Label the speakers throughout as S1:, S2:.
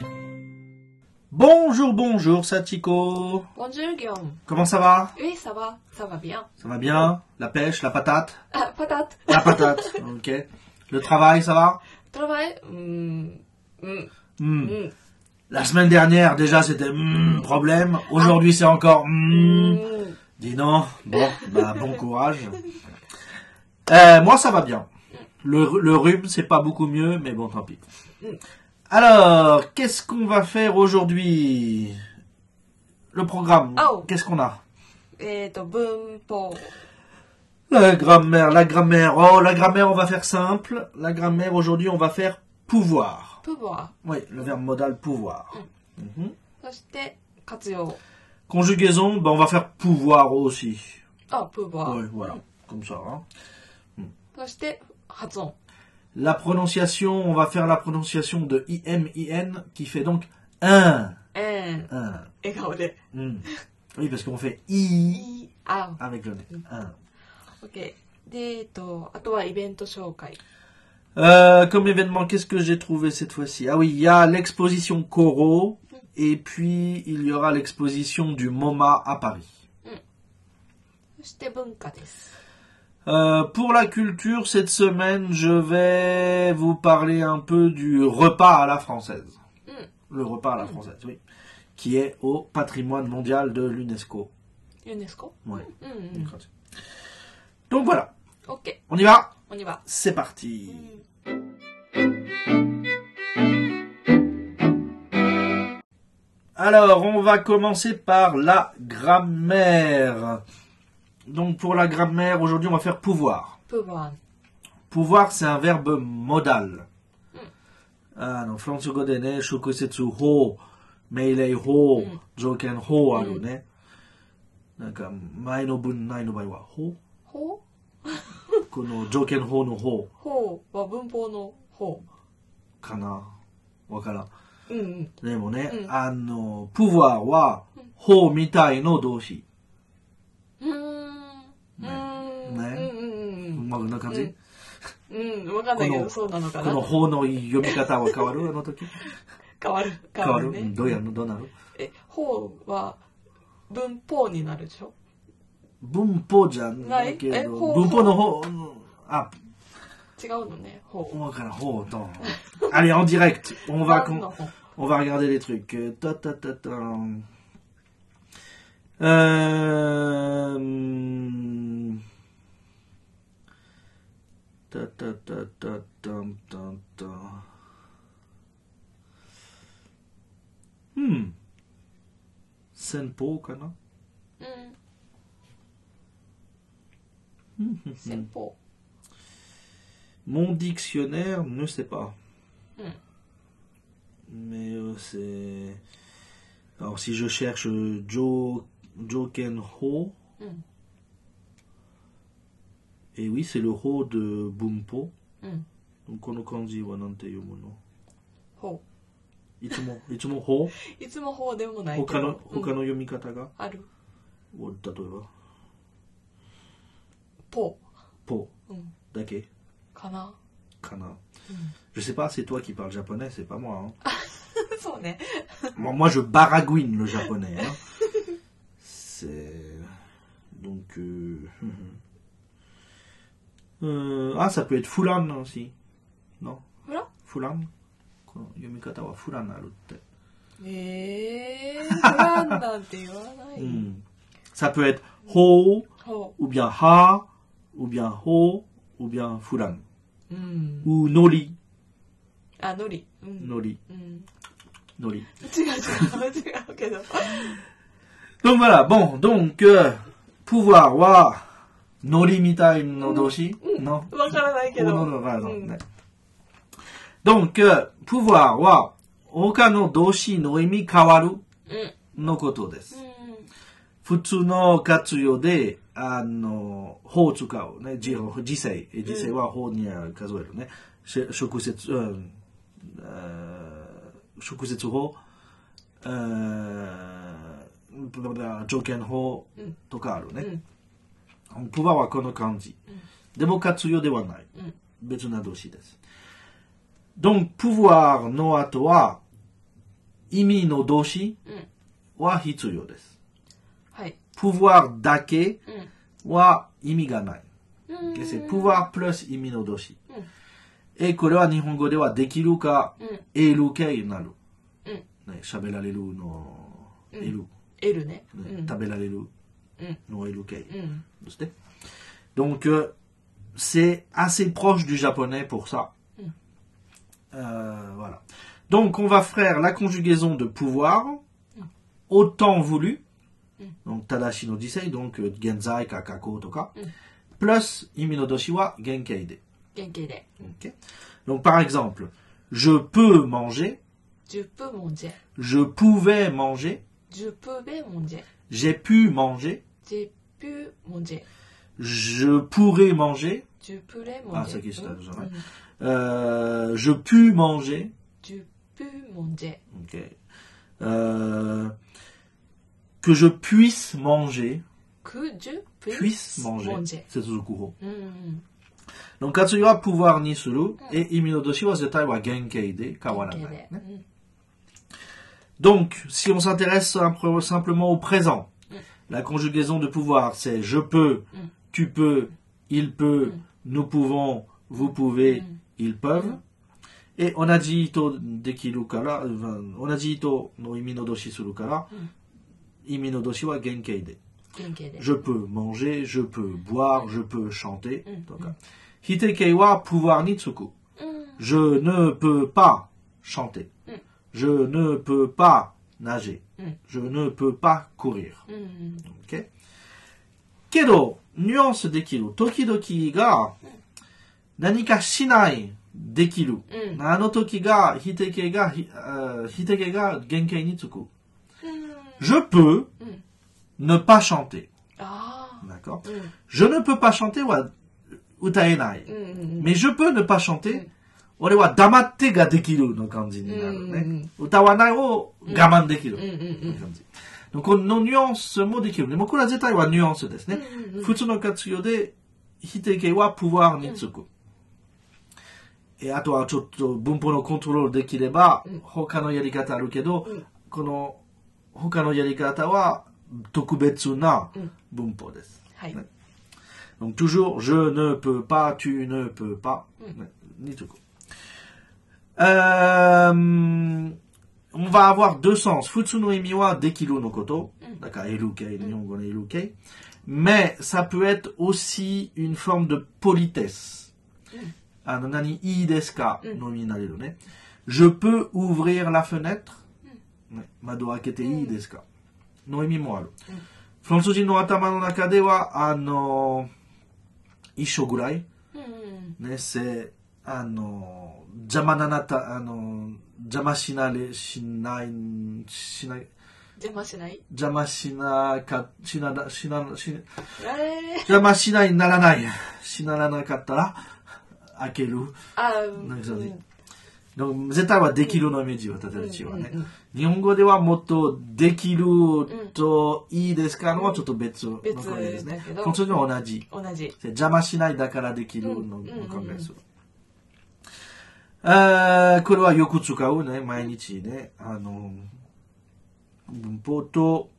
S1: ボンジュール、ボンジュール、サチコ。
S2: Bonjour Guillaume.
S1: Comment ça va
S2: Oui, ça va, ça va bien.
S1: Ça va bien La pêche, la patate
S2: Ah, patate.
S1: La patate, ok. Le travail, ça va
S2: Travail. hmm, hmm,
S1: Hmm.
S2: hmm.
S1: La semaine dernière, déjà, c'était hmm, problème. Aujourd'hui, c'est encore hmm. Dis non. Bon, bah, bon courage. Euh, moi, ça va bien. Le, le rhume, c'est pas beaucoup mieux, mais bon, tant pis.
S2: Hmm.
S1: Alors, qu'est-ce qu'on va faire aujourd'hui Le programme.
S2: Oh.
S1: Qu'est-ce qu'on a
S2: えっと、文法。
S1: La grammaire, la grammaire. Oh, la grammaire, on va faire simple. La grammaire, aujourd'hui, on va faire pouvoir.
S2: プボア。
S1: Oui, le verbe modal pouvoir. Mhm.
S2: そして、活用。
S1: Conjugaison, ben, on va faire pouvoir aussi.
S2: あ、プボア。
S1: Ouais, voilà, comme ça. hein.
S2: そして、発音。
S1: La prononciation, on va faire la prononciation de IMIN qui fait donc un.
S2: えー
S1: un.
S2: 笑顔で。
S1: Mm. Oui, parce qu'on fait I
S2: いい。あ、
S1: avec le nez. Un.
S2: オッケー。で、えっと、あとはイベント紹介。
S1: Euh, comme événement, qu'est-ce que j'ai trouvé cette fois-ci Ah oui, il y a l'exposition Coro et puis il y aura l'exposition du MoMA à Paris.
S2: そして、文化です。
S1: Euh, pour la culture, cette semaine, je vais vous parler un peu du repas à la française. Le repas à la française, oui. Qui est au patrimoine mondial de l'UNESCO.
S2: ユネスコ
S1: Ouais.
S2: うんうん。
S1: Donc voilà,
S2: オッケ
S1: on y va
S2: ー。おにば。
S1: C'est parti Alors, on va commencer par la grammaire. Donc, pour la grammaire, aujourd'hui, on va faire pouvoir.
S2: プボア。
S1: Pouvoir, c'est un verbe modal. Ah, donc, François Godene, Shokusetsu ho, Meilei ho, Joken ho, alors, né. Donc, Mai no bun nai no bai wa ho,
S2: ほ
S1: kono Joken ho no ho,
S2: うほうは文法のほ
S1: kana, wakara.
S2: う。うんうん。
S1: でもね、
S2: うん
S1: あの、pouvoir は、ほうみたいの動詞。
S2: うーん。うー
S1: ね
S2: ん。うんうんう。
S1: うんまくな感じ、
S2: うんうん、わかんないけど、そうなのか
S1: この
S2: な。
S1: ほうの読み方は変わるあの時
S2: 変わる、変
S1: 変
S2: わ
S1: わ
S2: る
S1: る、うん
S2: ね。
S1: どうやるのどうなる
S2: え、法は文法になるでしょ
S1: 文法じゃないけ
S2: ないえ
S1: ど、
S2: ほう
S1: 文法の方、うんあ、
S2: 違うのね、法。
S1: わからん、ほうと。Allez, en direct, on va,
S2: 何の法
S1: on va regarder les trucs. Euh, Ta, ta, ta, ta. Euh, ta, ta, ta, ta, ta, ta, ta. Hmm. Senpo, かな
S2: うん。先方。
S1: Hmm, Mon dictionnaire ne sait pas.
S2: Hmm.
S1: Mais euh, c'est. Alors, si je cherche euh, Jo Jokenho.
S2: Hmm.
S1: Et oui, c'est le Ho de Bumpo.
S2: Hmm.
S1: Donc, on kanji wa nante yomono.
S2: 法。
S1: Itsumo, itsumo Ho.
S2: いつも法でもないけ
S1: Hoka no,
S2: ど。
S1: hoka
S2: うん
S1: no yomikata ga.
S2: ある。
S1: o, tatoeba,
S2: 法。
S1: Po.
S2: うん。
S1: Dake.
S2: かな。
S1: Kana. Je sais pas, c'est toi qui parles japonais, c'est pas moi. hein.
S2: そうね。
S1: Moi, moi, je baragouine le japonais. hein. C'est. Donc. euh, euh, Ah, ça peut être Fulan aussi. Non
S2: ほら。
S1: Fulan この読み方はフランあるって。
S2: えー、フランなんて言わな
S1: う
S2: い。
S1: ん。ça Mm. peut être Ho,
S2: 法。
S1: ou bien Ha, ou bien Ho, ou bien Fulan.
S2: うん。
S1: Ou Nori.
S2: あ、のり。うん。
S1: Nori.
S2: うん。
S1: Nori.
S2: 違う違う違う けど。
S1: Donc voilà, bon, donc, euh, pouvoir, wa, Nori みたいの動詞、non
S2: わからないけど。
S1: おののがあるのね
S2: うん
S1: Donc, euh, pouvoir wa oka no doshi no imi kawaru
S2: うん。
S1: のことです。
S2: うん。
S1: 普通の活用で、あの、法を使うね。じ実際、実際は法に数えるね。し直接、うん、あー直接法、あーブラブラ条件法とかあるね。プバはこの感じ。でも活用ではない。別な動詞です。Donc, pouvoir の後は、意味の動詞は必要です。
S2: はい。
S1: pouvoir だけは意味がない。
S2: うん。
S1: で c'est pouvoir plus 意味の動詞。え、これは日本語ではできるか
S2: うん、
S1: 得るかになる。
S2: うん
S1: ね、喋られるの、得る。
S2: L ね。う
S1: ね
S2: ん。
S1: 食べられる
S2: うん
S1: の得るか。
S2: うん。
S1: Vous savez. Donc, euh, c'est assez proche du japonais pour ça. Euh, voilà. Donc, on va faire la conjugaison de pouvoir au temps voulu. Donc, Tadashi no Jisei, donc euh, Genzai, Kakako, Toka. Plus Imi no Doshi wa Genkeide.
S2: 原型で。
S1: Ok. Donc, par exemple, je peux manger,
S2: 10分もんじゃ。
S1: je pouvais manger,
S2: 10分べもんじゃ。
S1: j'ai pu manger,
S2: 10分もんじゃ。
S1: je pourrais manger,
S2: 10分れもんじゃ。
S1: Ah, ça qui est ça, ça, ouais.
S2: うん
S1: euh, je pus manger,
S2: 10分もんじゃ。
S1: Ok. Euh, que je puisse manger.
S2: 10分
S1: Puisse manger.
S2: もんじゃ。
S1: C'est Suzukuro.
S2: うんうん。
S1: Donc, Katsuyo wa pouvoir ni suru, et Iminodoshi wa zetai wa genkei de
S2: 原
S1: kawaranai.
S2: 型で。うん。
S1: Donc, si on s'intéresse simple- simplement au présent, la conjugaison de pouvoir, c'est je peux, tu peux, il peut, nous pouvons, vous pouvez, ils peuvent. Et on a dit ito dekiru kara, euh, on a dit ito no imi no doshi suru kara, imi no doshi wa genkei de.
S2: 原型で。
S1: Je peux manger, je peux boire, je peux chanter.
S2: Mm,
S1: Donc, Hitekei wa pouvoir nitsuku.
S2: うん。
S1: Je ne peux pas chanter.
S2: Mm.
S1: Je ne peux pas nager.
S2: Mm.
S1: Je ne peux pas courir.
S2: うんうん。
S1: OK? Kedo, nuance dekiru. Tokidoki ga nanika shinai dekiru.
S2: うん。
S1: Ano toki ga hitekei ga hi- euh, hitekei ga genkei nitsuku.
S2: うん。
S1: Je peux
S2: Mm.
S1: ne pas chanter.
S2: ああ。
S1: D'accord?
S2: うん。
S1: Je ne peux pas chanter wa utaenai.
S2: うんうん。
S1: Mais je peux ne pas chanter.
S2: Mm.
S1: 俺は黙ってができるの感じになる
S2: うんうん
S1: ね。歌わないを我慢できる。
S2: うんうんうん。
S1: 感じ。Donc, このニュアンスもできる。でもこれは絶対はニュアンスですね。普通の活用で、否定形は pouvoir につく。えあとはちょっと文法のコントロールできれば、他のやり方あるけど、この他のやり方は特別な文法です。
S2: はい。
S1: Donc toujours je ne peux pas, tu ne peux pas. Ouais, ni tout court. Euh, on va avoir deux sens. Futsuno emi wa dekiru no koto. D'accord, erukei, nihongo no erukei. Mais ça peut être aussi une forme de politesse. Ano, nani ii desu ka no mi nareru ne. Je peux ouvrir la fenêtre. Ouais, Mado akete ii desu ka. No imi mo aru. フランス人の頭の中では、あの、一緒ぐらい、
S2: うんうん。
S1: ね、せ、あの、邪魔ななた、あの、邪魔しなれ、しない、しない、
S2: 邪魔しない
S1: 邪魔しなか、しなら、しな、し、
S2: えー。
S1: 邪魔しないならない、しならなかったら、開ける。
S2: あーうん。
S1: なんかそうねの絶対はできるのイメージは、例えば一はね
S2: うんうん。
S1: 日本語ではもっとできるといいですかのはちょっと別の
S2: 別
S1: 考えですね
S2: だけ。ど
S1: 本当に同じ。
S2: 同じ。
S1: c'est jamashinai dakara dekiru no
S2: うんうんうん
S1: no kangai suru. Euh, これはよく使うね、毎日ね。あの、文法と、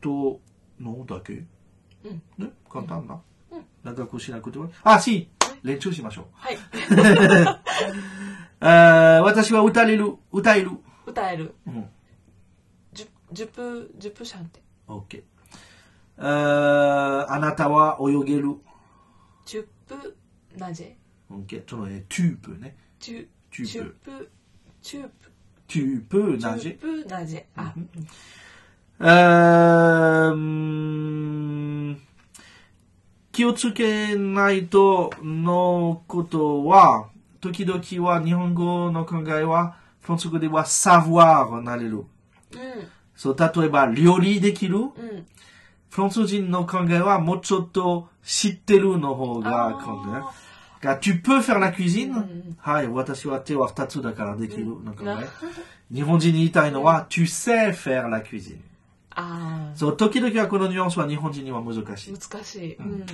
S1: と、のだけ
S2: うん
S1: ね、簡単だ。長くしなくても。あ、し、練習しましょう。
S2: はい。
S1: えー私は歌える、歌える。
S2: 歌える。
S1: うん。
S2: ジュジュプ、ジュプシャンって。
S1: OK。えーあなたは泳げる。
S2: ジュプ、なぜ
S1: OK。その、えー、チュープね。
S2: チュ、
S1: チュープ
S2: チュープ、チュープ、
S1: チュープ、
S2: チュ
S1: なじ
S2: ー。プ、なぜあ、
S1: うーん気をつけないとのことは、時々は日本語の考えは、フランス語では savoir なれる。そう、例えば料理できる。
S2: うんうん
S1: フランス人の考えはもうちょっと知ってるの方が考え。が tu peux faire la cuisine? はい、私は手は二つだからできるの考え。日本人に言いたいのは、tu sais faire la cuisine。
S2: あ
S1: そう、時々はこのニュアンスは日本人には難しい。
S2: ー難しいうん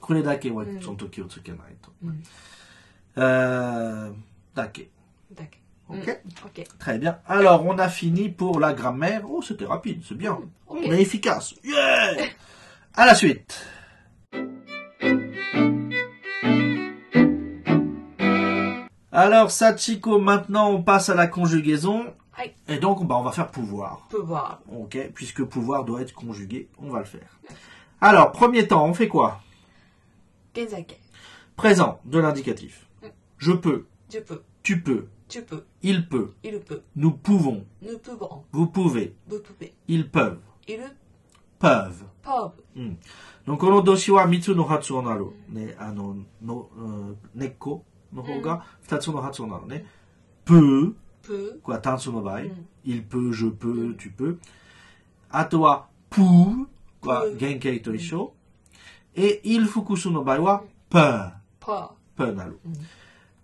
S1: これだけはちょっと気をつけないと。
S2: うん
S1: えーだけ。
S2: だけうん
S1: OK
S2: OK
S1: Très bien. Alors, on a fini pour la grammaire. Oh, c'était rapide, c'est bien.
S2: Mm. Ok.
S1: On est efficace. Yeah À la suite. Alors, Sachiko, maintenant, on passe à la conjugaison.
S2: Aïe.
S1: Et donc, bah, on va faire pouvoir.
S2: プーバ
S1: Ok, puisque pouvoir doit être conjugué, on va le faire. Alors, premier temps, on fait quoi
S2: ー現在形
S1: Présent, de l'indicatif. Je peux,
S2: 10分
S1: tu peux,
S2: 10分
S1: il peut,
S2: イルプ
S1: nous pouvons,
S2: ヌプボン
S1: vous pouvez,
S2: ブプペ
S1: ils peuvent,
S2: イル
S1: peuvent.
S2: パーブ
S1: うんのこの動詞は3つの発音ある、ね、あのの、うん根っこの方が2つの発音なのね。peut、
S2: プ
S1: これは単数の場合、
S2: ん
S1: il peut、je peux、tu peux。あとは pour、これは
S2: pour
S1: 原型と一緒。え、il 複数の場合は peut、
S2: ーパ
S1: peut なる。
S2: ん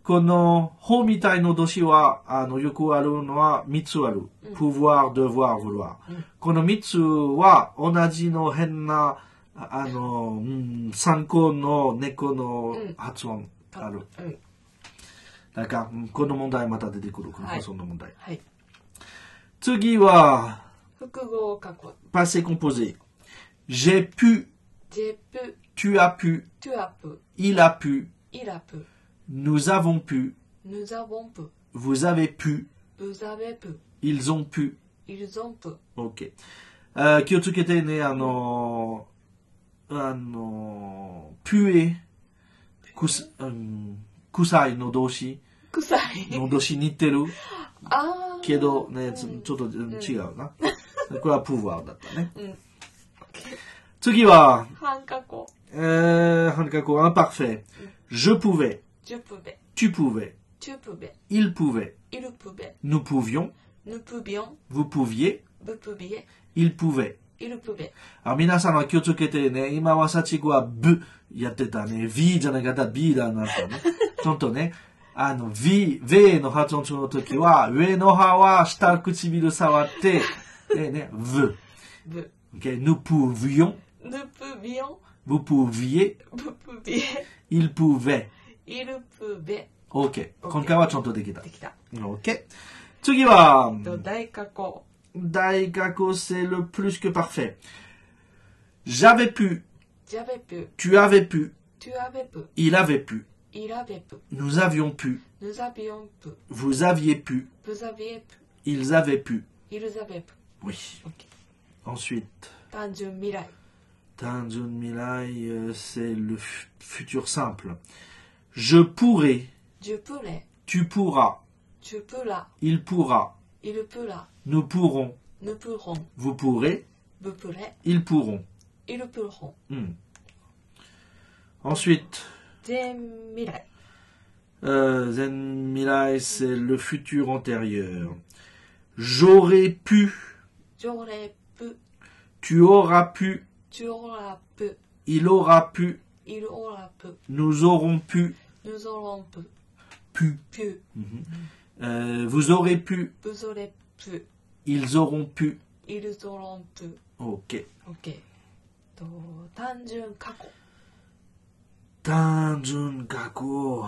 S1: この、法みたいの動詞は、あの、よくあるのは3つある。pouvoir、devoir、vouloir。この3つは、同じの変な、ああの、うん参考の猫の
S2: うん
S1: 発音
S2: ー
S1: ある。
S2: うん
S1: だから、うんこの問題また出てくる。この
S2: はい
S1: 発音の問題。
S2: はい
S1: 次は、
S2: 複合過去
S1: passé composé。j'ai pu,
S2: ジェプ
S1: tu as pu,
S2: トゥアプ
S1: il a pu,
S2: イラプ
S1: nous avons pu,
S2: ヌザボンプ
S1: vous avez pu,
S2: ブザベプ
S1: ils ont pu.
S2: イルゾンプ
S1: OK。あ Euh, ー気をつけてね、あのー、あのー、プエ、くす、うん、臭いの動詞、
S2: 臭い
S1: の動詞似てる
S2: あー
S1: けどね、つちょっとうん違うな。これはプーワーだったね。
S2: うん
S1: 次は、
S2: 半過去
S1: えー、半角 euh, imparfait。Je pouvais,
S2: ジュプベ
S1: tu pouvais,
S2: チュプベ
S1: il pouvait,
S2: イルプベ
S1: nous pouvions,
S2: ヌプビオン
S1: vous pouviez,
S2: ブプビエ
S1: il pouvait.
S2: イルプベ
S1: あ皆さんは気をつけてね、今は幸子はブやってたね、V じゃなかったら B だなとね。ちょっとね、あの V、V の発音中の時は、上の歯は下唇触って、ね、ね、V。
S2: ブ
S1: OK? Nous pouvions,
S2: ヌプビオン
S1: vous pouviez,
S2: ブプビエ
S1: il pouvait.
S2: イルプベ
S1: OK。今回はちゃんとできた
S2: で。きた
S1: OK。次は、
S2: と大過去
S1: Daikako, c'est le plus que parfait. J'avais pu,
S2: ジャベプ
S1: tu avais pu,
S2: トゥアベプ
S1: il avait pu,
S2: イラベプ
S1: nous avions pu.
S2: ヌザビオンプ
S1: Vous aviez pu,
S2: ブザビエプ
S1: ils avaient pu.
S2: イルザベプ
S1: Oui.
S2: OK
S1: Ensuite,
S2: 単純未来
S1: Tanzun Milai, euh, c'est le f- futur simple. Je pourrai,
S2: ジュプレ
S1: tu pourras,
S2: チュプラ
S1: il pourra,
S2: イルプラ
S1: nous pourrons,
S2: ヌプホン
S1: vous pourrez,
S2: ブプレ
S1: ils pourront.
S2: イルプホン
S1: Hmm. Ensuite,
S2: 全未来
S1: euh, Zen Milai, c'est le futur antérieur. J'aurais pu,
S2: 条例プ
S1: tu auras pu,
S2: チュオラプ
S1: il aura pu,
S2: イルオラプ
S1: nous aurons pu,
S2: ヌゾロンプ
S1: pu.
S2: ピュ
S1: Mhm. Euh, vous aurez pu,
S2: ブゾレプ
S1: Ils auront pu.
S2: イルゾロンプ
S1: Ok.
S2: OK と単純過去
S1: Tanjun Kako.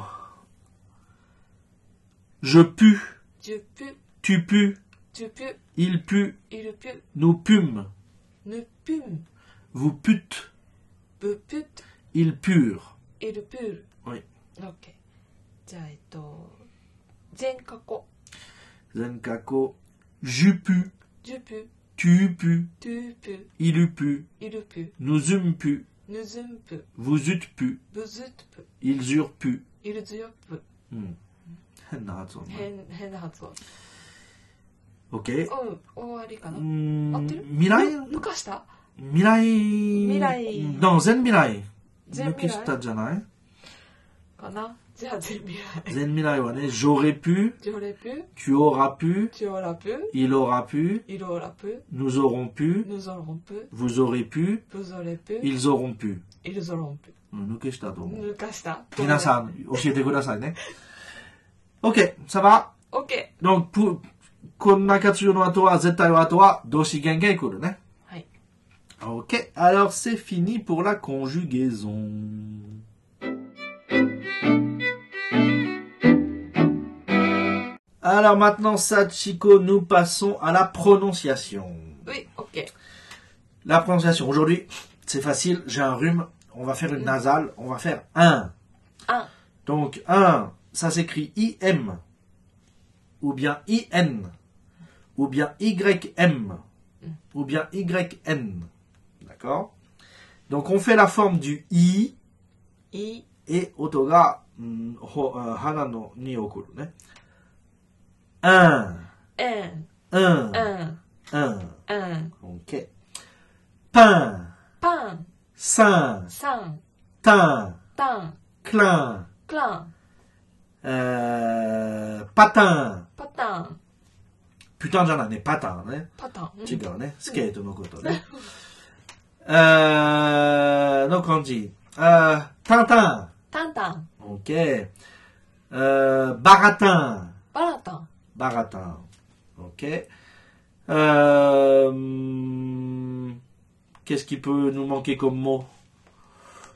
S1: Je pus,
S2: ジュピュ
S1: tu pus,
S2: ジュピュ
S1: il put,
S2: イルピュ
S1: nous pûmes,
S2: ヌピュン
S1: vous pûtes,
S2: ブピュッ
S1: ils purent.
S2: イルピュール
S1: Oui.
S2: OK じゃあえっと全過去
S1: Zen Kako. J'eus pu,
S2: ジュピュ
S1: tu eus pu,
S2: トゥーピュ
S1: il eut pu,
S2: イルピュ
S1: nous eûmes pu,
S2: ヌズンプ
S1: vous eûtes pu,
S2: ブズップ
S1: ils eurent pu.
S2: イルズヨップ
S1: Hmm. Nazo, non.
S2: 変変な発音
S1: Ok.
S2: うん終わりかな
S1: Hmm,
S2: 合ってる
S1: Mirai
S2: ぬ抜かした
S1: Mirai
S2: Mirai.
S1: Non, Zen Mirai.
S2: Zen
S1: Nukista Janai.
S2: かかなじゃあ全未来
S1: Zenmirai wa ne, j'aurais pu,
S2: ジョレプ
S1: tu auras pu,
S2: チオラプ
S1: il aura pu,
S2: イローラプ
S1: nous aurons pu,
S2: ヌゾロンプ
S1: vous aurez pu,
S2: ブゾレプ
S1: ils auront pu.
S2: イルゾロンプ
S1: Mm, ok, je t'attends.
S2: 抜かしたん
S1: Minasan, oshiete kudasai ne. hein Ok, ça va
S2: オッケ
S1: Donc, pour, こんな活用の後は、絶対は後は、動詞元々来るね。
S2: ーはい
S1: Ok, alors c'est fini pour la conjugaison. Alors maintenant, Sachiko, nous passons à la prononciation.
S2: はいオッケー
S1: La prononciation, aujourd'hui, c'est facile, j'ai un rhume, on va faire une nasale, on va faire un.
S2: あ
S1: Donc, un, ça s'écrit IM, ou bien IN, ou bien YM, ou bien YN. D'accord Donc, on fait la forme du I
S2: い
S1: et otoga mm, ho- euh, hana no ni okuru. ne. Un,
S2: えん
S1: un,
S2: えん
S1: un.
S2: えん
S1: Ok. Pain,
S2: パン
S1: sein,
S2: サン
S1: teint,
S2: タン
S1: clin,
S2: クラン
S1: euh, patin.
S2: パタン
S1: Putain, j'en ai patin. hein.
S2: パタンうん
S1: 違うね。スケートのことね。あーの漢字。あータンタン。
S2: タンタン
S1: Euh, OK。あ Euh, ーバガタン。
S2: バラタン
S1: バガタン。OK。Euh, hum, Qu'est-ce qui peut nous manquer comme mot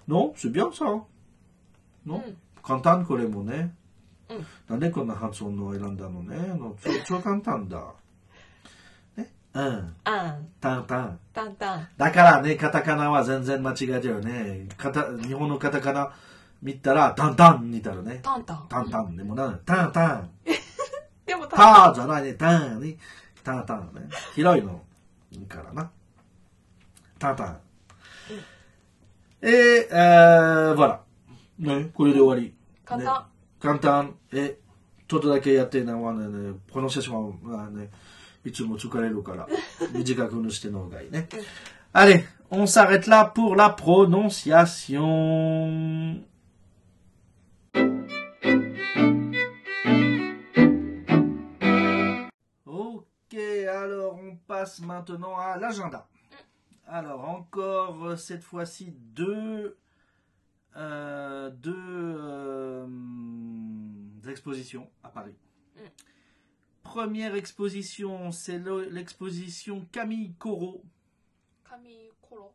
S1: Non, c'est bien ça. hein.
S2: う
S1: Non
S2: ん
S1: Cantan, quoi les mots, né
S2: うん。
S1: Nande, qu'on a Hanson, no, Elanda, no, né Non, tu es cantant, da. Un,
S2: あん
S1: tan, tan.
S2: タンタン
S1: だからね、カタカナは全然間違えちゃうよね。カタ日本のカタカナ見たら、タンタンにたらね。
S2: タンタン
S1: タンタンでもなんタンタン。
S2: でもタン
S1: タンじゃないね。タンに。タンタンね。広いの。からな。タンタン。えー、えー、voilà。ね、これで終わり。
S2: 簡
S1: ね
S2: 単
S1: 簡単。え、ちょっとだけやってな、わね、ね、プロナンシエーションはね、いつも疲れる から、短くのしての方がいいね。Allez, on s'arrête là pour la prononciation. Ok, alors on passe maintenant à l'agenda.
S2: Mm.
S1: Alors encore euh, cette fois-ci deux euh, deux euh, expositions à Paris. Première exposition, c'est le- l'exposition Camille Corot,
S2: 髪コロ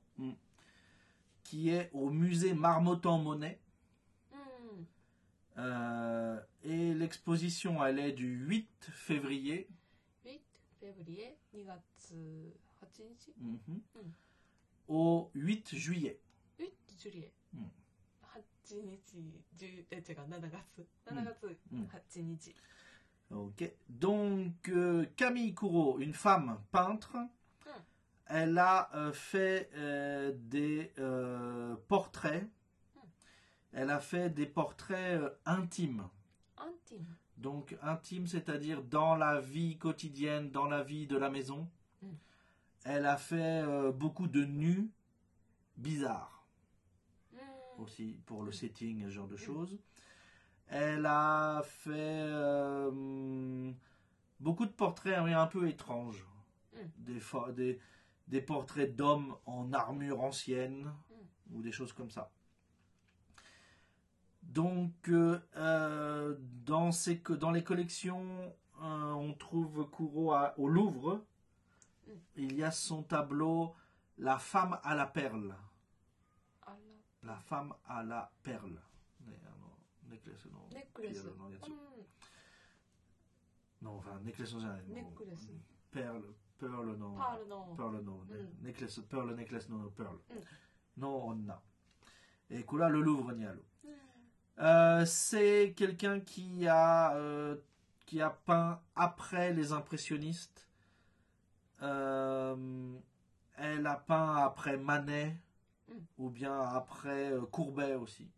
S1: qui est au musée Marmottan-Monet.
S2: うん。
S1: Euh, et l'exposition, elle est du 8 février.
S2: 8 février 2月8日
S1: Mhm. Au 8 juillet.
S2: 8 juillet
S1: うん
S2: 8日10え違う7月
S1: うん
S2: 7月
S1: うん
S2: 8日
S1: Ok. Donc, euh, Camille Couraud, une femme peintre, elle a euh, fait euh, des euh, portraits. Elle a fait des portraits euh, intimes.
S2: アンティム
S1: Donc, intimes, c'est-à-dire dans la vie quotidienne, dans la vie de la maison.
S2: Mm.
S1: Elle a fait euh, beaucoup de nus bizarres.
S2: うん
S1: aussi pour le
S2: Mm.
S1: setting et ce genre de choses. Elle a fait euh, beaucoup de portraits oui, un peu étranges.
S2: Mm.
S1: Des, fo- des, des portraits d'hommes en armure ancienne ou des choses comme ça. Donc, euh, euh, dans, ces, co- dans les collections, euh, on trouve Kuro à- au Louvre.
S2: Mm.
S1: Il y a son tableau La femme à la perle.
S2: あら
S1: La femme à la perle. euh, ねあのネックレスの
S2: ネックレス
S1: ピ
S2: う
S1: エロのやつ。
S2: ん
S1: の、あネックレスのじゃないの
S2: ネックレス。
S1: ペール、ペールの。
S2: パールの
S1: ペールのね、
S2: う
S1: ネックレス、ペールネックレスのペール、
S2: うん
S1: の女。えこれはルルーヴルにある。
S2: うん
S1: Euh, c'est quelqu'un qui a euh, qui a peint après les impressionnistes. Euh, elle a peint après Manet
S2: Mm.
S1: ou bien après euh, Courbet aussi.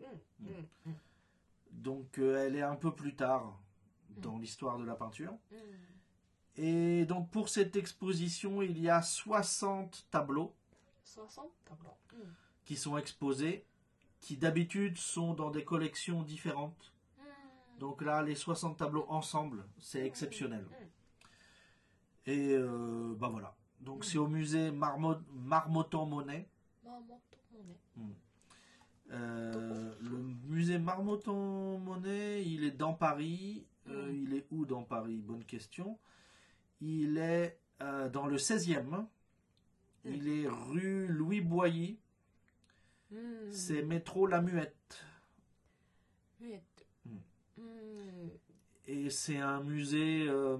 S2: うんうんうん
S1: Donc euh, elle est un peu plus tard dans l'histoire de la peinture.
S2: うん。
S1: Et donc pour cette exposition, il y a 60 tableaux
S2: 60タブロ。うん。
S1: qui sont exposés qui d'habitude sont dans des collections différentes.
S2: Mm.
S1: Donc là, les 60 tableaux ensemble, c'est exceptionnel. Et euh, bah voilà. Donc c'est au musée Marmo- Marmottan-Monet.
S2: まあ、もっともね。
S1: Euh, le musée Marmottan-Monet, il est dans Paris. Euh, il est où dans Paris Bonne question. Il est euh, dans le 16e. Il est rue Louis Boyer.
S2: うん。
S1: C'est métro La Muette.
S2: 見えて。うん。
S1: Et c'est un musée, euh,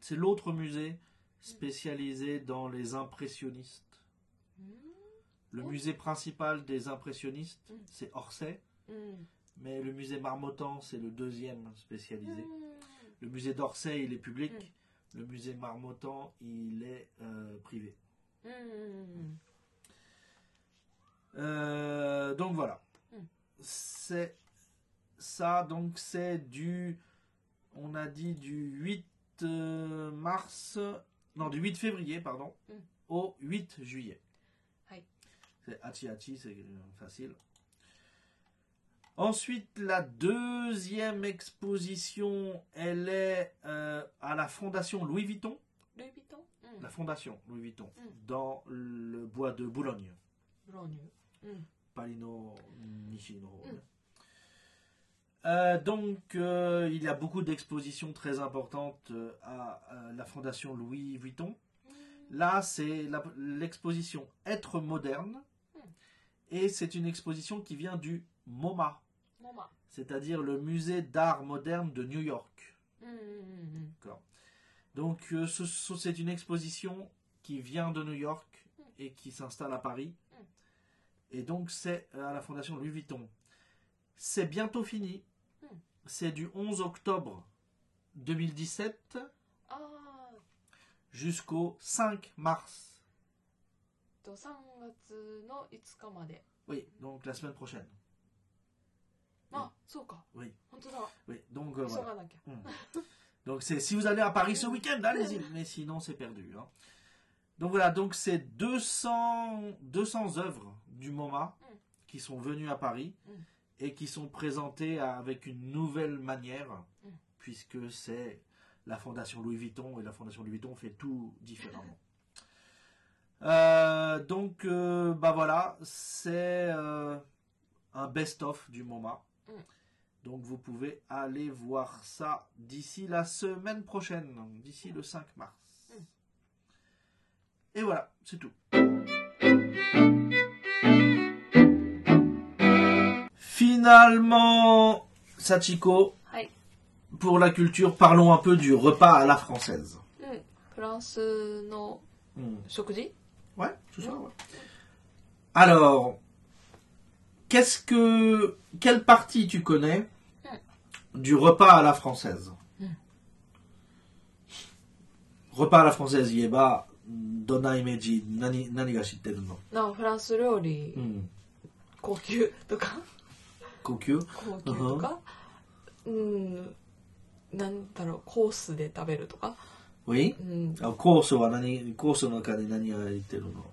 S1: c'est l'autre musée spécialisé dans les impressionnistes. Le musée principal des impressionnistes, c'est Orsay,
S2: うん。
S1: mais le musée Marmottan, c'est le deuxième
S2: Mm.
S1: spécialisé. Le musée d'Orsay, il est public. Le musée Marmottan, il est euh, privé.
S2: うん。
S1: Euh, donc voilà.
S2: Mm.
S1: C'est ça, donc c'est du, on a dit du 8 euh, mars, non du 8 février, pardon,
S2: Mm.
S1: au 8 juillet.
S2: Hi.
S1: C'est Hachi Hachi, c'est euh, facile. Ensuite, la deuxième exposition, elle est euh, à la Fondation Louis Vuitton.
S2: ルイ・ヴィトンうん。
S1: La Fondation Louis Vuitton, dans le bois de Boulogne.
S2: ブローニュ。うん。
S1: Palino Nishino. Euh, donc, euh, il y a beaucoup d'expositions très importantes euh, à euh, la Fondation Louis Vuitton. Là, c'est la- l'exposition Être moderne. Et c'est une exposition qui vient du MoMA,
S2: ママ。
S1: c'est-à-dire le musée d'art moderne de New York.
S2: うんうんうん。
S1: D'accord. Donc, euh, ce- ce- c'est une exposition qui vient de New York et qui s'installe à Paris. Et donc, c'est euh, à la Fondation Louis Vuitton. C'est bientôt fini. C'est du 11 octobre 2017
S2: あーっ
S1: jusqu'au 5 mars.
S2: と、3月の5日まで。
S1: Oui, donc la semaine prochaine.
S2: あ、そうか。
S1: Oui,
S2: 本当だ。
S1: oui. Donc, euh,
S2: 急
S1: voilà.
S2: がなきゃ。
S1: Donc c'est si vous allez à Paris ce week-end, allez-y. Mais sinon c'est perdu. hein. Donc voilà, donc c'est 200 200 œuvres du MoMA
S2: Mm.
S1: qui sont venues à Paris
S2: Mm.
S1: et qui sont présentées à- avec une nouvelle manière,
S2: Mm.
S1: puisque c'est la Fondation Louis Vuitton et la Fondation Louis Vuitton fait tout différemment.
S2: Mm.
S1: Euh, donc euh, bah voilà, c'est euh, un best-of du MoMA. Donc vous pouvez aller voir ça d'ici la semaine prochaine, d'ici le 5 mars. Et voilà, c'est tout. Finalement, Sachiko,
S2: はい。
S1: pour la culture, parlons un peu du repas à la française.
S2: うん。フランスの
S1: Hmm.
S2: 食事
S1: Ouais, tout ça, ouais. Alors, qu'est-ce que. Quelle partie tu connais du repas à la française Repas à la française, yeba, donna imeji, nani, nani ga shitteru no
S2: なあフランス料理、
S1: Hmm.
S2: 高級とか
S1: Kokyu
S2: 高級とか、うん、なんだろう、コースで食べるとか、
S1: Oui
S2: うん、
S1: あコースは何、コースの中で何が入ってるの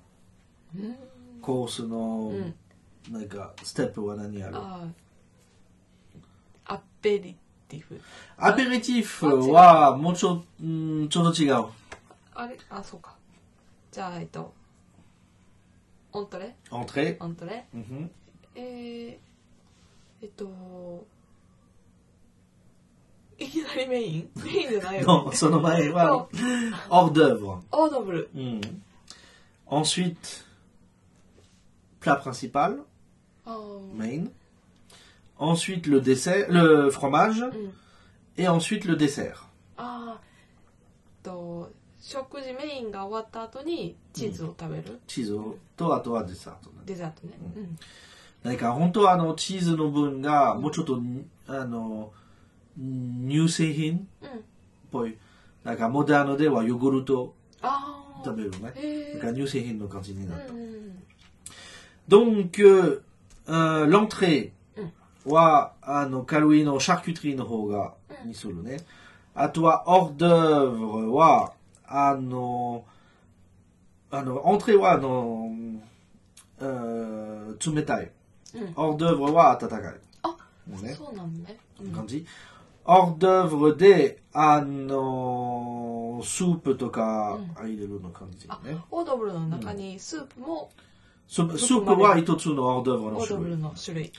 S1: コースの
S2: ん、
S1: なんか、ステップは何ある
S2: あーアッペリティフ。
S1: アペリティフは、もうちょ、うんちょっと違う。
S2: あれあ、そうか。じゃあ、えっと、オントレ
S1: エントレ
S2: オントレ
S1: うん
S2: えー、えっと、いきなりメインメインじ ゃないよ、
S1: Non,
S2: ね。
S1: son nom est pas hors d'œuvre.
S2: オードブル。
S1: Hmm. Ensuite, plat principal,
S2: あー
S1: main. Ensuite, le dessert, le fromage.
S2: うん。
S1: Et ensuite, le dessert.
S2: あーえっと、食事メインが終わった後にチーズを食べる、
S1: Chizo to ato wa dessert.
S2: デザートね。うん。
S1: なんか本当はあのチーズの分がもうちょっとにあの乳製品
S2: うん。
S1: っぽい。なんかモデルナではヨーグルト
S2: ああ
S1: 食。べるね。
S2: へ
S1: なん
S2: え。
S1: か乳製品の感じになった
S2: う。ん。
S1: Donc, euh, euh, l'entrée ah,
S2: うん。
S1: は、あの、軽いの、シャーキュトリーの方が、にするね。あとは、オードゥーブは、あの、ah, あの、エントレは、あの、うん冷たい。
S2: うん。
S1: euh, hors d'œuvre wa atatagare.
S2: あ、
S1: ね
S2: そうなんだね。うん。
S1: Kanji. Hors d'œuvre de ano soupe toka
S2: うん。
S1: aireru no kanji
S2: あ
S1: ne.、
S2: オードブルの中にスープも
S1: Soupe
S2: そこまで。
S1: soupe wa hitotsu no hors d'œuvre
S2: オ
S1: no
S2: ードブル
S1: shurui.
S2: の種類。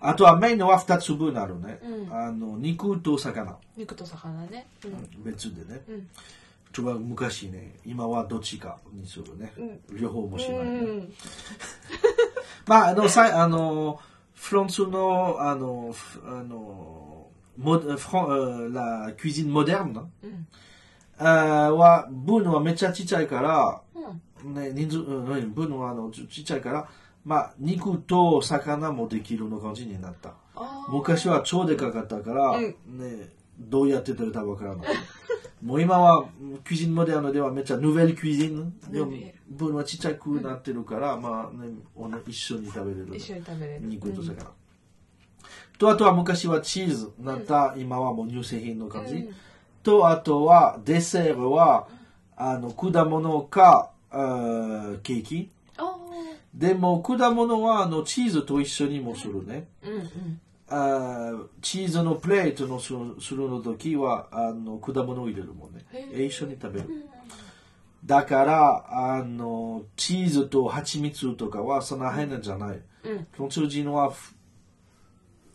S1: あとはメインは2つ分あるね。
S2: うん
S1: あの肉と魚、
S2: 肉と魚ね。うん。
S1: 別でね。
S2: うん
S1: ちょっと昔ね、今はどっちかにするね。両方もしない、ね
S2: うん。
S1: まあ、あの、さあのフランスの、あの、ふあの、モフラン、la cuisine moderne
S2: うん。
S1: あーは、分はめっちゃちっちゃいから、
S2: うん。
S1: ね、人数、うん、分はあのちちっちゃいから、まあ、肉と魚もできるの感じになった。
S2: あー
S1: 昔は超でかかったから、
S2: うん
S1: ね、どうやって食べたかわからない。 もう今は、クイジンモデルではめっちゃヌベルクイジン。でも
S2: ヌベ、
S1: 分はちっちゃくなってるから、まあ、ね、おな一緒に食べれる。
S2: 一緒に食べれる。
S1: 肉と魚。と、あとは昔はチーズなった、今はもう乳製品の感じ。
S2: うん
S1: と、あとはデセールは、あの、果物か、あーケーキ。
S2: あ
S1: でも、果物は、あの、チーズと一緒にもするね。
S2: ーうんうん。
S1: あーチーズのプレートのするするの時はあの果物を入れるもんね
S2: へー
S1: 一緒に食べるだからあのチーズと蜂蜜とかはそんな変なんじゃない
S2: うん
S1: フランス人はふ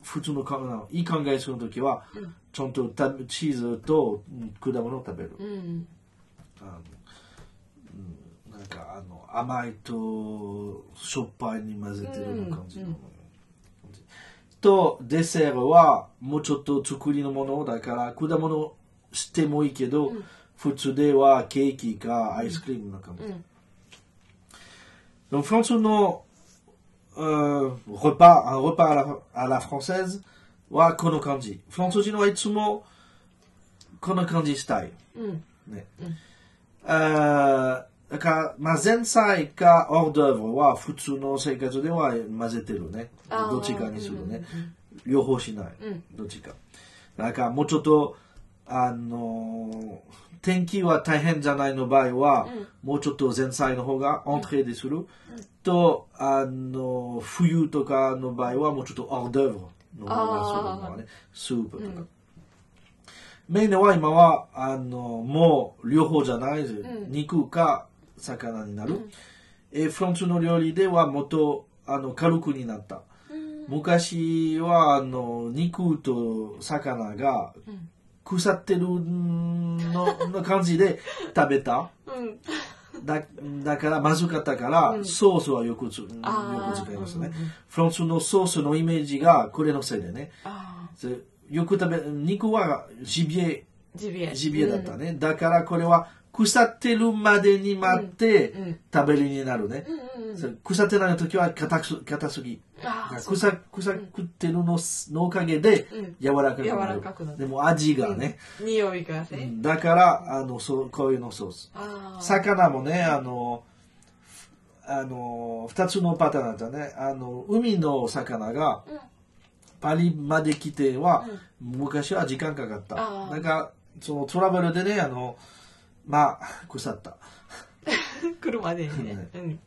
S1: 普通の考えいい考えする時は、
S2: うん
S1: ちゃんと食べチーズとうん果物を食べる、
S2: うん。
S1: あのうんなんかあの甘いとしょっぱいに混ぜてるような感じの、
S2: うんうん
S1: とデセールはもうちょっと作りのものだから果物してもいいけど、
S2: うん
S1: 普通ではケーキかアイスクリームの感じ、
S2: うん。
S1: でもフランスの、euh, repas, un repas à la, à la française はこの感じフランス人はいつもこの感じしたい
S2: うん。
S1: ね。
S2: うん
S1: あーだから、まあ、前菜かオードーブは普通の生活では混ぜてるね。
S2: あー
S1: どっちかにするね。両方しない。
S2: うん
S1: どっちか。だから、もうちょっと、あのー天気は大変じゃないの場合は、もうちょっと前菜の方がエントレーでする。と、あのー冬とかの場合は、もうちょっとオードーブの方がするのはね。スープとか。
S2: うん
S1: メインは今はあのもう両方じゃないです、
S2: ん
S1: 肉か魚になる、
S2: うん
S1: えフランスの料理ではもっとあの軽くになった
S2: うん
S1: 昔はあの肉と魚が
S2: うん
S1: 腐って るのの感じで食べた
S2: うん。
S1: だだからまずかったから、
S2: うん
S1: ソースはよくつよく
S2: あー
S1: 使いますね、
S2: うんうんうん
S1: フランスのソースのイメージがこれのせいでね
S2: ああ。
S1: でよく食べ肉はジビエ
S2: ジビエ。
S1: ジビエだったね、だからこれは腐ってるまでに待って
S2: うんうん
S1: 食べるになるね、
S2: うんうんうん。
S1: そう腐ってない時は硬くす硬すぎ
S2: ああ。そう
S1: 腐腐ってるののおかげで
S2: うん
S1: 柔らかくなる,、
S2: 柔らかくなる
S1: でも味がね、
S2: 匂いが
S1: う
S2: ね。
S1: んだからあのそうこういうのソース
S2: ああ。
S1: 魚もねあのあの2つのパターンだったねあの海の魚が
S2: うん
S1: パリまで来ては、昔は時間かかった
S2: あー
S1: なんかそのトラブルでねあのまあ腐った
S2: 車でね。うん。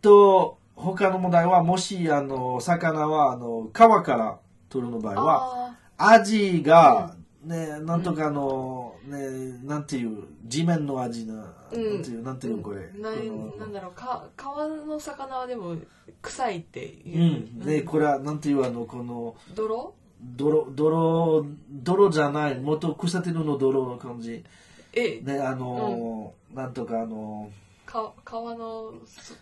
S1: と他の問題はもしあの魚はあの川から取るの場合は
S2: あ
S1: 味がねなんとかの、ねなんていう地面の味な,、
S2: うん
S1: なんていうなんていうこれ、
S2: あ。ない
S1: この
S2: なんだろうか川の魚はでも臭いって
S1: う
S2: い
S1: ん
S2: う。
S1: ねこれはなんていうあのこの
S2: 泥？
S1: 泥泥泥じゃないもっと腐ってるの泥の感じ
S2: え、
S1: ねあの、なんとかあの
S2: か川のそ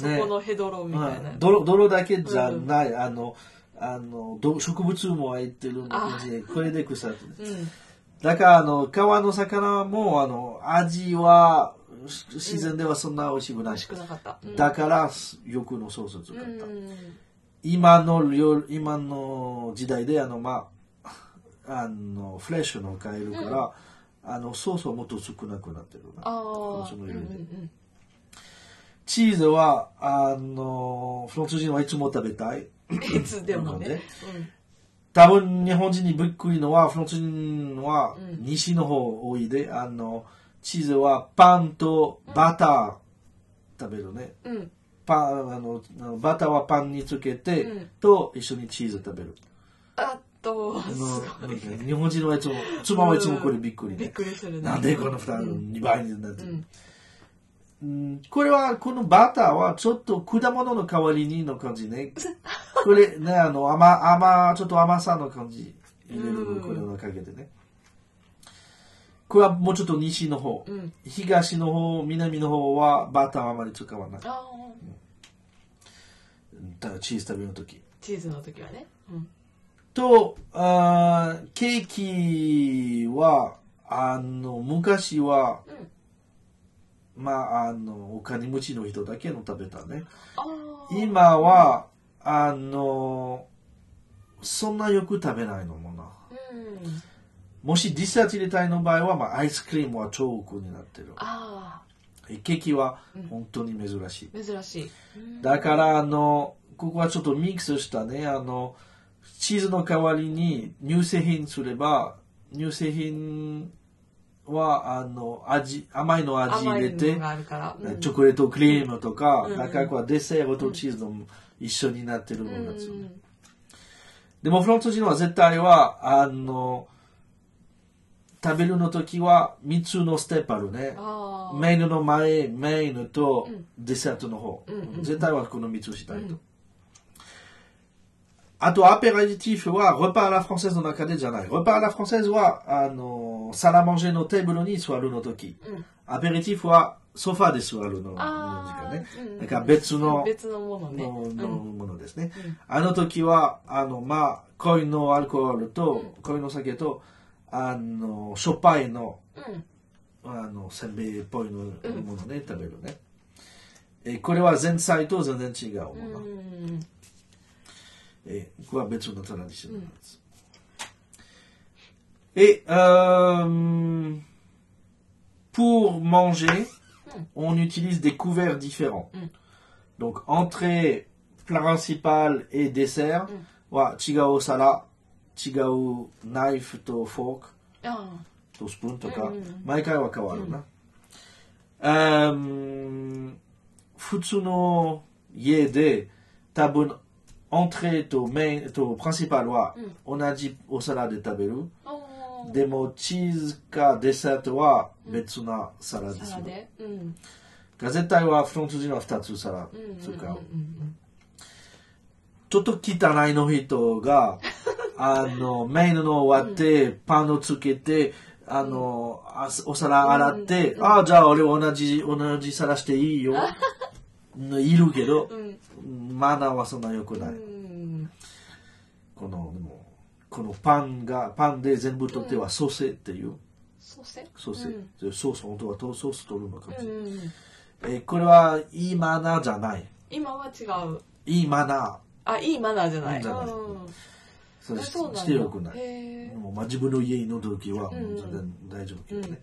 S2: そこのヘドロみたいな。
S1: うん泥泥だけじゃない、あのあのど植物も入ってるの
S2: あ
S1: でこれで腐ってる
S2: うん。
S1: だからあの川の魚もあの味はし自然ではそんな美味しくない
S2: 美味しくなかった。うん
S1: だからよくのソースを使っ
S2: う
S1: た、
S2: ん。
S1: 今の料理今の時代であのまああのフレッシュのを買えるから、あのソースはもっと少なくなってるな
S2: あ
S1: こっ
S2: あ。う
S1: ち
S2: ん
S1: の
S2: うんう
S1: 料理で
S2: ん。
S1: チーズはあのフランス人はいつも食べたい
S2: いつでも
S1: な
S2: ね
S1: る。多分日本人にびっくりのはフランス人は
S2: うん
S1: 西の方多いで、あのチーズはパンとバター食べるね、
S2: うん。うん。
S1: パン、あの、バターはパンにつけて、
S2: うん
S1: と、一緒にチーズ食べる。
S2: あと、
S1: あ
S2: す
S1: の
S2: ごい。
S1: 日本人はいつも、妻はいつもこれびっくり
S2: びっ
S1: ね。
S2: くりするね。
S1: なんでこの二
S2: うん
S1: 2倍になって
S2: う
S1: る、
S2: ん。
S1: うんこれは、このバターはちょっと果物の代わりにの感じね。これね、あの、甘、甘、ちょっと甘さの感じ入れ
S2: う
S1: る、
S2: ん
S1: これのおかげでね。これはもうちょっと西の方。
S2: うん。
S1: 東の方、南の方はバターはあまり使わない。
S2: あー
S1: だからチーズ食べるとき。
S2: チーズの時はね。うん。
S1: と、あーケーキは、あの、昔は、
S2: うん。
S1: まあ、あの、お金持ちの人だけの食べたね。
S2: ああ。
S1: 今は、あの、そんなよく食べないのもな。
S2: うん。
S1: もしディサート入れたいの場合は、まあ、アイスクリームは超多くになってる。
S2: あ
S1: ケーキは本当に珍しい。
S2: あ。珍しい。うん
S1: だから、あの、ここはちょっとミックスしたね、あの、チーズの代わりに乳製品すれば、乳製品は、あの、味、甘いの味
S2: 甘
S1: 入れ
S2: いの
S1: て、
S2: があるから。うん
S1: チョコレートクリームとか、
S2: うん
S1: 中はデザートとチーズの一緒になってるものなんですよね。
S2: うん
S1: でもフランス人は絶対は、あの、食べるの時は3つのステップあるね。
S2: ああ。
S1: メインの前、メインと
S2: うん
S1: デザートの方。
S2: うんうん
S1: 絶対はこの3つしたいと。
S2: うん
S1: あと、アペライティフは、レパーラフランセスの中でじゃない。レパーラフランセスは、あの、サラマンジェのテーブルに座るの時。
S2: うん
S1: アペリティフは、ソファーで座るの。
S2: あ
S1: な
S2: あ。
S1: んかね
S2: うん
S1: なんか別の、
S2: 別のものね。
S1: の
S2: うん
S1: のものですね、
S2: うん
S1: あの時はあのまあ濃いのアルコールと、濃いの酒とあのしょっぱいの
S2: うん。
S1: あのせんべいっぽいのものね、食べるねえこれは前菜と全然違うも
S2: う
S1: の、
S2: ん。
S1: えこれは別のトラディションなんです、えあー euh, pour manger on utilise des couverts différents
S2: Mm.
S1: donc entrée plat principal et dessert wa chigao sala chigao knife to fork
S2: ああ。
S1: とスプーンとか、
S2: うんうん
S1: 毎回は変わるな、あーうん普通の家で多分エントレーとメインとプリンシパルは同じお皿で食べる、
S2: ああ。
S1: でもチーズかデザートは別な皿です
S2: 皿
S1: る、
S2: で。うん。
S1: ガゼタイはフランス人は2つ皿
S2: うん。
S1: とか、
S2: うんうん
S1: ちょっと汚いの人 が、あの、メインの割って、パンをつけて、あの、あお皿洗って、ああ、じゃあ俺同じ、同じ皿していいよ。のいるけど
S2: う、ん。
S1: マナーはそんな良く
S2: う
S1: ない。
S2: ん。
S1: この、でもこのパンが、パンで全部取ってはソーセっていう。
S2: ソーセ
S1: ソーセ。
S2: うん
S1: でソース、本当はとソース取るのかもし
S2: う
S1: れない、
S2: ん。
S1: えこれはいいマナーじゃない。
S2: 今は違う。
S1: いいマナー。
S2: あ、いいマナーじゃない。
S1: じゃない
S2: うん。
S1: それ
S2: あ
S1: し
S2: そうなんだ
S1: して良くない。
S2: へえ
S1: もうまあ自分の家の時は
S2: うんうん
S1: 全然大丈夫けどね、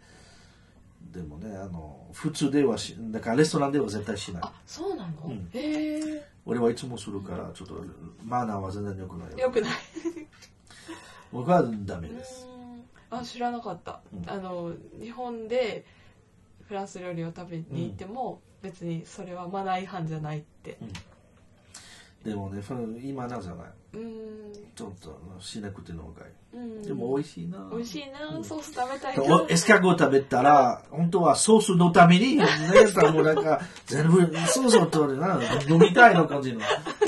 S1: でもねあの普通ではしだからレストランでは絶対しない
S2: あ、そうなの
S1: うん
S2: へえ
S1: 俺はいつもするからちょっとマナーは全然良くないよ
S2: よくない。
S1: 僕はダメ
S2: う
S1: です
S2: ーんあ知らなかった、
S1: うん
S2: あの日本でフランス料理を食べに行っても、別にそれはマナー違反じゃないって
S1: でもねそのいいマナーじゃないう
S2: ーん
S1: ちょっとあのしなくての方がい
S2: うん
S1: いでも美味しいな
S2: 美味しいな、ソース食べたいな
S1: おエスカゴ食べたら、本当はソースのために、ね、もうなんか、全部ソースを取るな、飲みたいの感じの、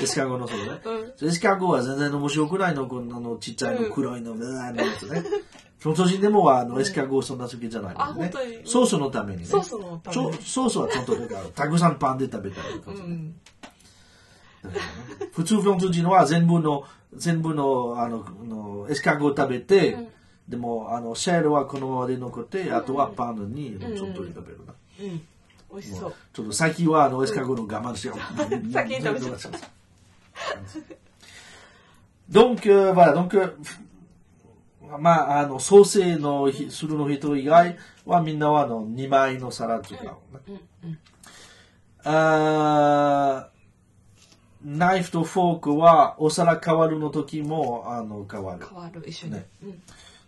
S1: エスカゴのそのね。
S2: うん
S1: ジェシカゴは全然面白くないの、こんなのちっちゃいの、黒いの、うわーのやつ ね。フランス人でもはあのエスカゴそんな好きじゃないの
S2: あ本
S1: ね
S2: 当に。
S1: ソースのためにね。
S2: ソースのた
S1: ち
S2: め
S1: ょ
S2: に
S1: ソースはちゃんとだから、たくさんパンで食べたいのかもし
S2: う
S1: れない
S2: ん
S1: だからね普通フランス人は全部の、全部の、あの、あのエスカゴ食べて、
S2: うん
S1: でも、あの、シェールはこのままで残って、あとはパンにちょっと食べるな。
S2: うん美味し
S1: も
S2: そう
S1: うちょっと先はあのエスカゴの我慢してよ
S2: 先に食べちゃった
S1: Donc, euh, voilà, donc, euh, まあ、あの、ソーセーのひするの人以外はみんなはあの2枚の皿とかをね。
S2: うんうん
S1: あーナイフとフォークはお皿変わるの時もあの変わる。
S2: 変わる一緒に、
S1: ね
S2: うん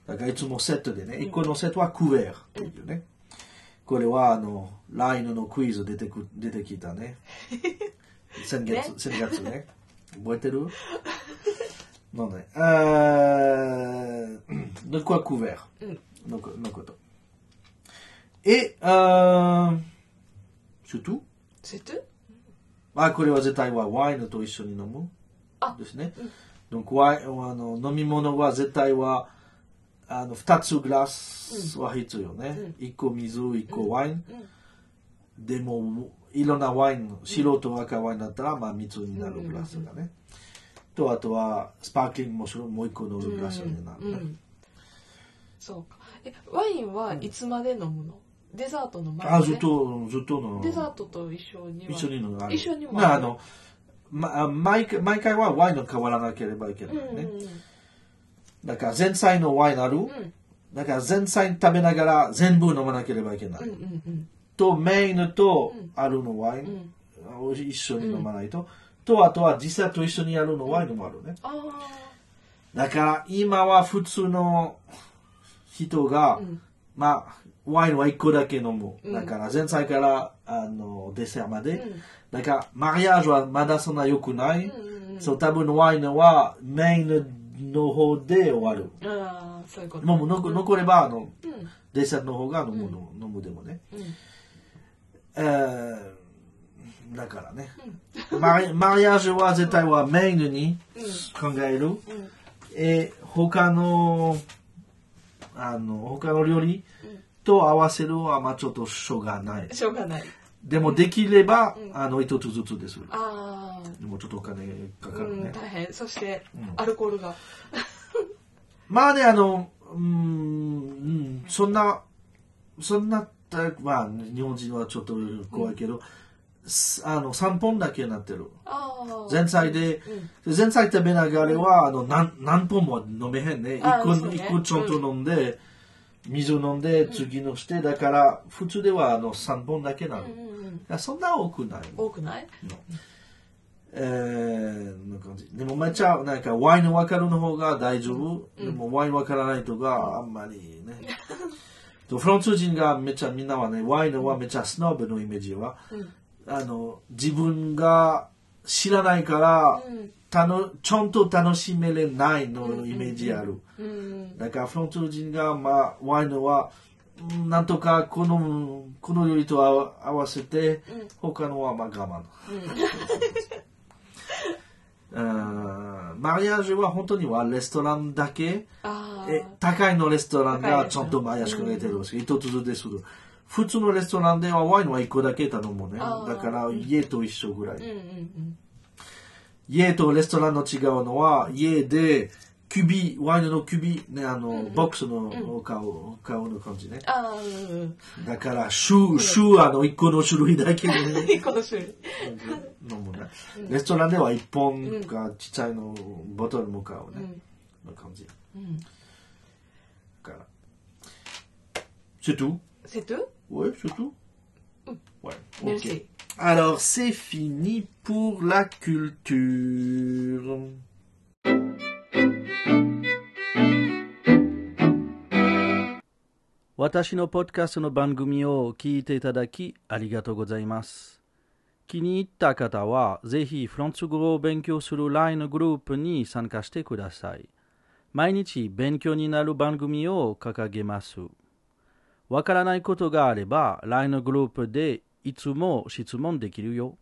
S1: だからいつもセットでね、1個のセットはクベーっていうね。これはあの、ラインのクイズ出てく出てきたね。先月、先月ね。覚えてる Non, non. Euh, de quoi couvert Donc, nos coton. Et, euh, c'est tout.
S2: セトゥ
S1: Ah, これは絶対はワインと一緒に飲む
S2: あ
S1: ですね。Donc, ワインあの飲み物は絶対はあの2つグラスは必要ね。一1個水、1個ワイン。でも、いろんなワイン、白と赤ワインだったら、まあ3つになるグラスがね。と、あとはスパークリングもしろもう1個のグラスになるね。
S2: うんそうかえワインはいつまで飲むの、デザートの前
S1: あ、ずっと、ずっとの。
S2: デザートと一緒には
S1: 一緒にのがある。
S2: 一緒にも
S1: まああの、まあ毎回毎回はワインが変わらなければいけないね。
S2: うんうんうん
S1: だから前菜のワインある、だから前菜食べながら全部飲まなければいけない、
S2: うんうんうん
S1: とメインとあるのワインを一緒に飲まないと、とあとは実際と一緒にあるのワインもあるね
S2: あ
S1: だから今は普通の人が、まあワインは1個だけ飲む、だから前菜からあのデセアまで、だからマリアージュはまだそんな良くない、そう多分ワインはメインの方で終わる、
S2: ーあーそういうこと
S1: もう残残ればあの、電車の方が飲むの、飲むでもね、えーだからね、マリマリアージュは絶対はメインに考える、えー他のあの他の料理と合わせるはまあちょっとしょうがない
S2: しょうがない
S1: でもできれば、あの一つずつです
S2: ああ
S1: でもちょっとお金かか
S2: う
S1: るね、
S2: ん大変そしてアルコール が
S1: まあね、あの、うーん、うんそんな、そんな、たまあ、日本人はちょっと怖いけど、すあの、3本だけになってる。
S2: ああ
S1: 前菜で、前菜食べながらは、あの、何、何本も飲めへんね。
S2: あ
S1: 一個、
S2: そうね
S1: 一個ちょっと飲んで、水飲んで、次のして、だから、普通では、あの、3本だけなの。だからそんな多くない。
S2: 多くない
S1: えー、な感じ。でもめっちゃ、なんか、ワイン分かるの方が大丈夫。でも、ワイン分からないとか、あんまりね。とフランス人がめっちゃみんなはね、ワインはめっちゃスノブのイメージは、あの、自分が知らないから、たのちゃんと楽しめれないのイメージある。
S2: うん
S1: だからフランス人が、まあ、ワインは、うんなんとかこの、この料理と合わ合わせて、他のはまあ我慢。うんマリアージュは本当にはレストランだけ、
S2: あ
S1: え高いのレストラン
S2: 高い
S1: が
S2: ですね
S1: ちゃんとマリアージュ考えてるんですけど、一つずつでする。普通のレストランではワインは1個だけ頼むね。
S2: あー
S1: だから家と一緒ぐらい。
S2: あうんうん
S1: 家とレストランの違うのは家でキュビワインのキュビねあの、ボックスの買う買うの感じね
S2: あ あうんうん
S1: だから週週あの1個の種類だけでね
S2: この種類
S1: 飲むねレストランでは1本かちっちゃいのボトルも買うね、の感じだ
S2: うん
S1: から c'est tout
S2: C'est tout
S1: ouais c'est tout ouais ok
S2: Merci.
S1: alors c'est fini pour la culture
S3: 「私のポッドキャストの番組を聞いていただきありがとうございます」気に入った方はぜひフランス語を勉強する LINE のグループに参加してください毎日勉強になる番組を掲げますわからないことがあれば LINE のグループでいつも質問できるよ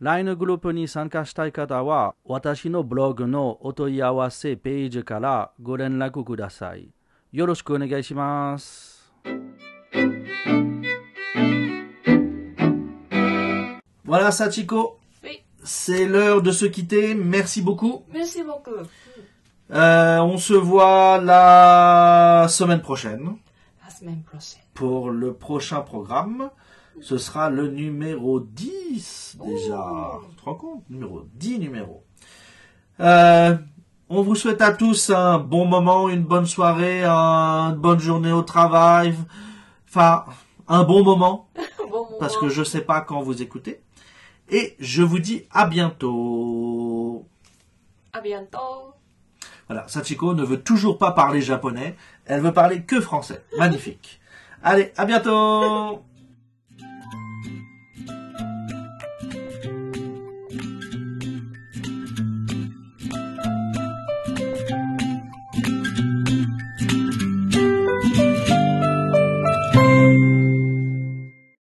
S3: LINE のグループに参加したい方は私のブログのお問い合わせページからご連絡くださいよろしくお願いします。
S1: voilà ça Chico
S2: Oui.
S1: C'est l'heure de se quitter. Merci beaucoup.
S2: Merci beaucoup.
S1: Euh, on se voit la semaine prochaine
S2: La semaine prochaine.
S1: pour le prochain programme. Ce sera le numéro 10 déjà. Tu te rends compte Numéro 10 numéros. Euh, on vous souhaite à tous un bon moment, une bonne soirée, une bonne journée au travail. Enfin, un bon moment
S2: Bon moment.
S1: parce que je sais pas quand vous écoutez. Et je vous dis à bientôt.
S2: À bientôt.
S1: Voilà, Sachiko ne veut toujours pas parler japonais, elle veut parler que français. Magnifique. Allez, à bientôt